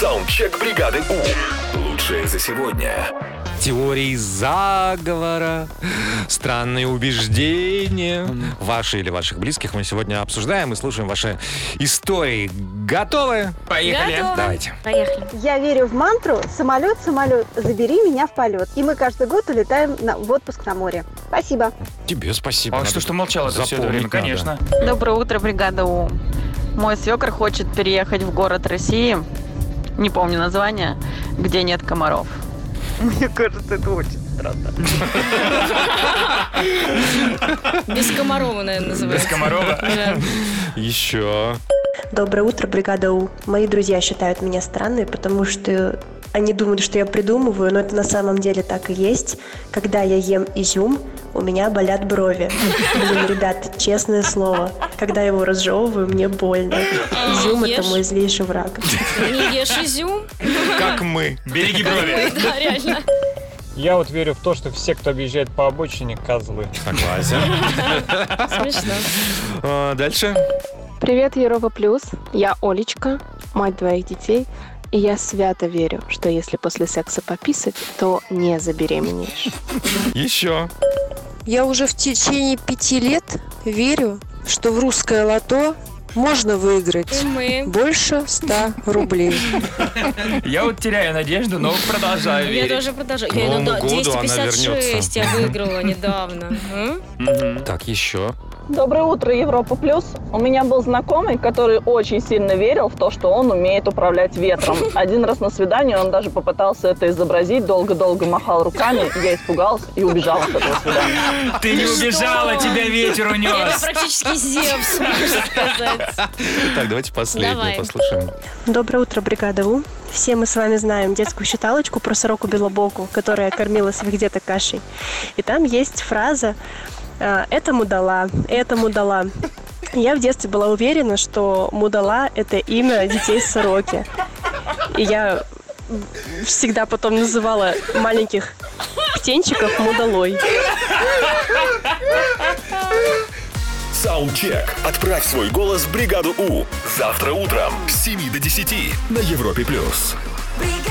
Саундчек бригады У. Лучшее за сегодня. Теории заговора, странные убеждения. Ваши или ваших близких мы сегодня обсуждаем и слушаем ваши истории. Готовы? Поехали. Готово. Давайте. Поехали. Я верю в мантру «Самолет, самолет, забери меня в полет». И мы каждый год улетаем на- в отпуск на море. Спасибо. Тебе спасибо. А Надо- что, что молчал это все это запомнить время? надо. Конечно. Доброе утро, бригада У. Мой свекр хочет переехать в город России, не помню название, где нет комаров. Мне кажется, это очень странно. Без Комарова, наверное, Без называется. Комарова. Да. Еще. Доброе утро, бригада У. Мои друзья считают меня странной, потому что они думают, что я придумываю, но это на самом деле так и есть. Когда я ем изюм, у меня болят брови. Блин, ребят, честное слово, когда я его разжевываю, мне больно. Изюм – это Ешь. мой злейший враг. Не ешь изюм. Как мы. Береги брови. Да, реально. Я вот верю в то, что все, кто объезжает по обочине, козлы. Согласен. Смешно. А, Дальше. Привет, Европа Плюс. Я Олечка, мать двоих детей. И я свято верю, что если после секса пописать, то не забеременеешь. Еще. Я уже в течение пяти лет верю, что в русское лото можно выиграть И мы. больше 100 рублей. Я вот теряю надежду, но продолжаю Я верить. тоже продолжаю. К Я Новому иногда году она 256 я выиграла недавно. М? Мгм. Так, еще. Доброе утро, Европа Плюс. У меня был знакомый, который очень сильно верил в то, что он умеет управлять ветром. Один раз на свидании он даже попытался это изобразить, долго-долго махал руками, я испугалась и убежала с этого свидания. Ты не убежала, что? тебя ветер Это унес. практически Зевс, можно сказать. Так, давайте последнюю Давай. послушаем. Доброе утро, бригада У. Все мы с вами знаем детскую считалочку про сороку Белобоку, которая кормила своих деток кашей. И там есть фраза э, «это мудала, это мудала». Я в детстве была уверена, что мудала – это имя детей сороки. И я всегда потом называла маленьких птенчиков мудалой. Саундчек. Отправь свой голос в бригаду У. Завтра утром с 7 до 10 на Европе+. плюс. Бригада!